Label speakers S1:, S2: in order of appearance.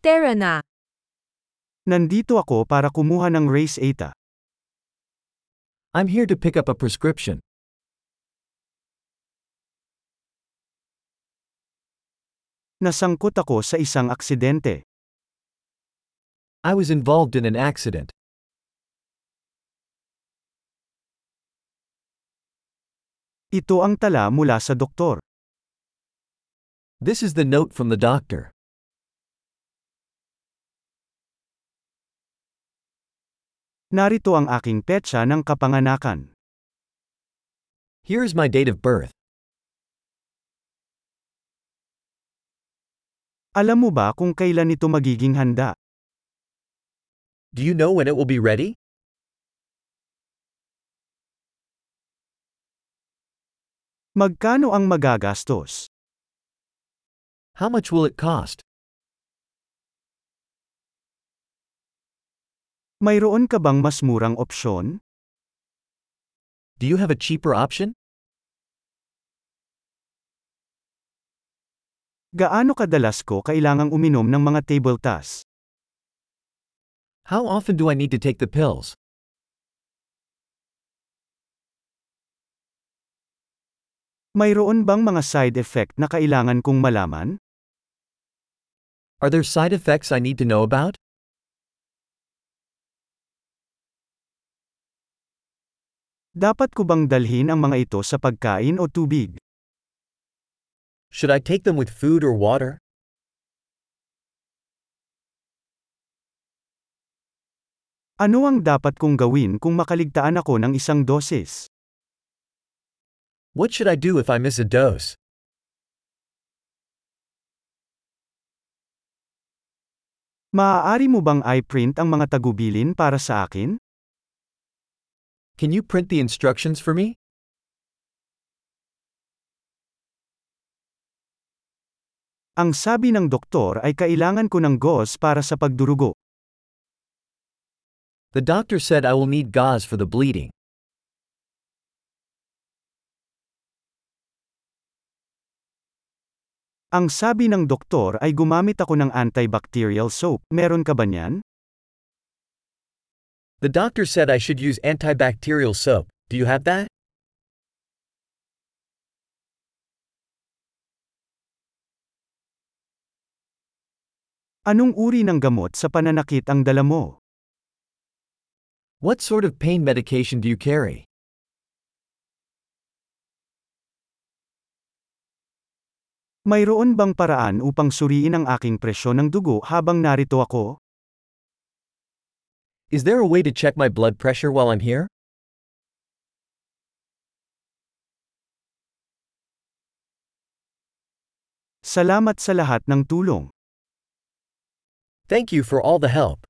S1: Tara na.
S2: Nandito ako para kumuha ng race ETA.
S3: I'm here to pick up a prescription.
S2: Nasangkot ako sa isang aksidente.
S3: I was involved in an accident.
S2: Ito ang tala mula sa doktor.
S3: This is the note from the doctor.
S2: Narito ang aking petsa ng kapanganakan.
S3: Here is my date of birth.
S2: Alam mo ba kung kailan ito magiging handa?
S3: Do you know when it will be ready?
S2: Magkano ang magagastos?
S3: How much will it cost?
S2: Mayroon ka bang mas murang opsyon?
S3: Do you have a cheaper option?
S2: Gaano kadalas ko kailangang uminom ng mga table tas?
S3: How often do I need to take the pills?
S2: Mayroon bang mga side effect na kailangan kong malaman?
S3: Are there side effects I need to know about?
S2: Dapat ko bang dalhin ang mga ito sa pagkain o tubig?
S3: Should I take them with food or water?
S2: Ano ang dapat kong gawin kung makaligtaan ako ng isang dosis?
S3: What should I do if I miss a dose?
S2: Maaari mo bang i-print ang mga tagubilin para sa akin?
S3: Can you print the instructions for me?
S2: Ang sabi ng doktor ay kailangan ko ng gauze para sa pagdurugo.
S3: The doctor said I will need gauze for the bleeding.
S2: Ang sabi ng doktor ay gumamit ako ng antibacterial soap. Meron ka ba niyan?
S3: The doctor said I should use antibacterial soap. Do you have that?
S2: Anong uri ng gamot sa pananakit ang dala mo?
S3: What sort of pain medication do you carry?
S2: Mayroon bang paraan upang suriin ang aking presyon ng dugo habang narito ako?
S3: Is there a way to check my blood pressure while I'm here?
S2: Salamat sa lahat ng tulong.
S3: Thank you for all the help.